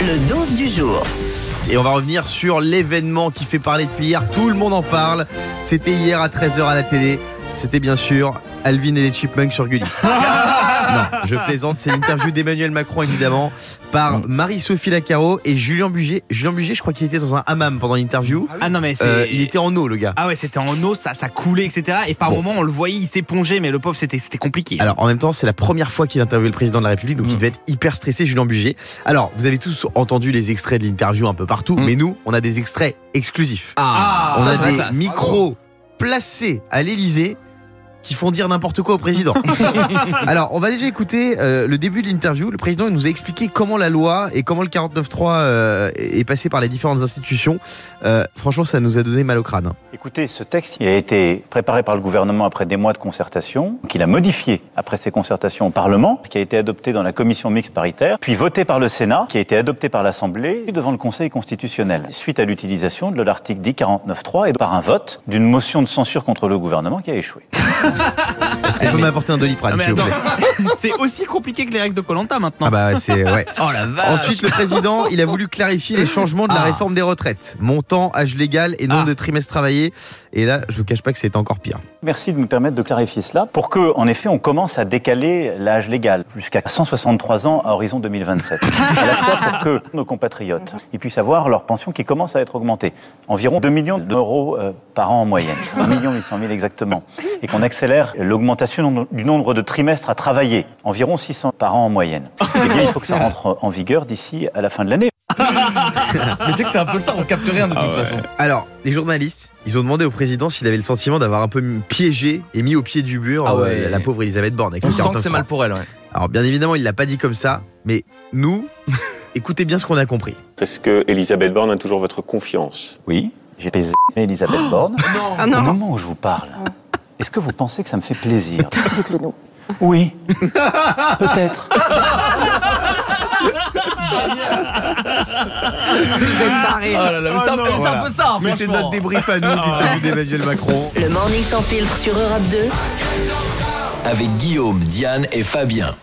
Le dose du jour. Et on va revenir sur l'événement qui fait parler depuis hier. Tout le monde en parle. C'était hier à 13h à la télé. C'était bien sûr Alvin et les Chipmunks sur Gulli. Non, je plaisante, c'est l'interview d'Emmanuel Macron évidemment Mm. par Marie-Sophie Lacaro et Julien Buget. Julien Buget, je crois qu'il était dans un hammam pendant l'interview. Ah non mais c'est... Euh, il était en eau le gars. Ah ouais, c'était en eau, ça, ça coulait, etc. Et par Bon. moments, on le voyait, il s'épongeait, mais le pauvre, c'était, c'était compliqué. Alors en même temps, c'est la première fois qu'il interviewe le président de la République, Mm. donc il devait être hyper stressé, Julien Buget. Alors, vous avez tous entendu les extraits de l'interview un peu partout, mais nous, on a des extraits exclusifs. Mm. Ah, on ça, a c'est la des classe. micros placés à l'Elysée qui font dire n'importe quoi au président. Alors, on va déjà écouter euh, le début de l'interview. Le président il nous a expliqué comment la loi et comment le 49.3 euh, est passé par les différentes institutions. Euh, franchement, ça nous a donné mal au crâne. hein. Écoutez, ce texte, il a été préparé par le gouvernement après des mois de concertation, qu'il a modifié après ces concertations au Parlement, qui a été adopté dans la commission mixte paritaire, puis voté par le Sénat, qui a été adopté par l'Assemblée, puis devant le Conseil constitutionnel, suite à l'utilisation de l'article 1049.3 et par un vote d'une motion de censure contre le gouvernement qui a échoué. Est-ce qu'on peut m'apporter un Non, doliprane, Ah, mais s'il vous attends, plaît c'est aussi compliqué que les règles de Colanta maintenant. Ah bah c'est ouais. Oh la vache. Ensuite, le président, il a voulu clarifier les changements de la Ah. réforme des retraites. Montant, âge légal et nombre Ah. de trimestres travaillés. Et là, je vous cache pas que c'était encore pire. Merci de me permettre de clarifier cela pour que, en effet, on commence à décaler l'âge légal jusqu'à 163 ans à horizon 2027. à la fois pour que nos compatriotes ils puissent avoir leur pension qui commence à être augmentée. Environ 2 millions d'euros euh, par an en moyenne. 1 million 800 000 exactement. Et qu'on accélère l'augmentation du nombre de trimestres à travailler. Environ 600 par an en moyenne. Eh bien, il faut que ça rentre en vigueur d'ici à la fin de l'année. Mais tu sais que c'est un peu ça, on capte rien Ah de toute façon. Alors, les journalistes, ils ont demandé au président s'il avait le sentiment d'avoir un peu piégé et mis au pied du mur Ah ouais. euh, la pauvre Elisabeth Borne. avec On le sent que c'est 49.3. mal pour elle. Ouais. Alors, bien évidemment, il l'a pas dit comme ça, mais nous, écoutez bien ce qu'on a compris. Est-ce que Elisabeth Borne a toujours votre confiance Oui, j'ai baisé Elisabeth Borne. Ah Au non Oh. moment où je vous parle, est-ce que vous pensez que ça me fait plaisir Dites-le nous. Oui. Peut-être. Vous êtes tarés. Oh là là, mais c'est un- mais c'est Ah Voilà. un hein, peu ça, C'était franchement. notre débrief à nous du début d'Emmanuel Macron. Le morning sans filtre sur Europe 2. avec Guillaume, Diane et Fabien.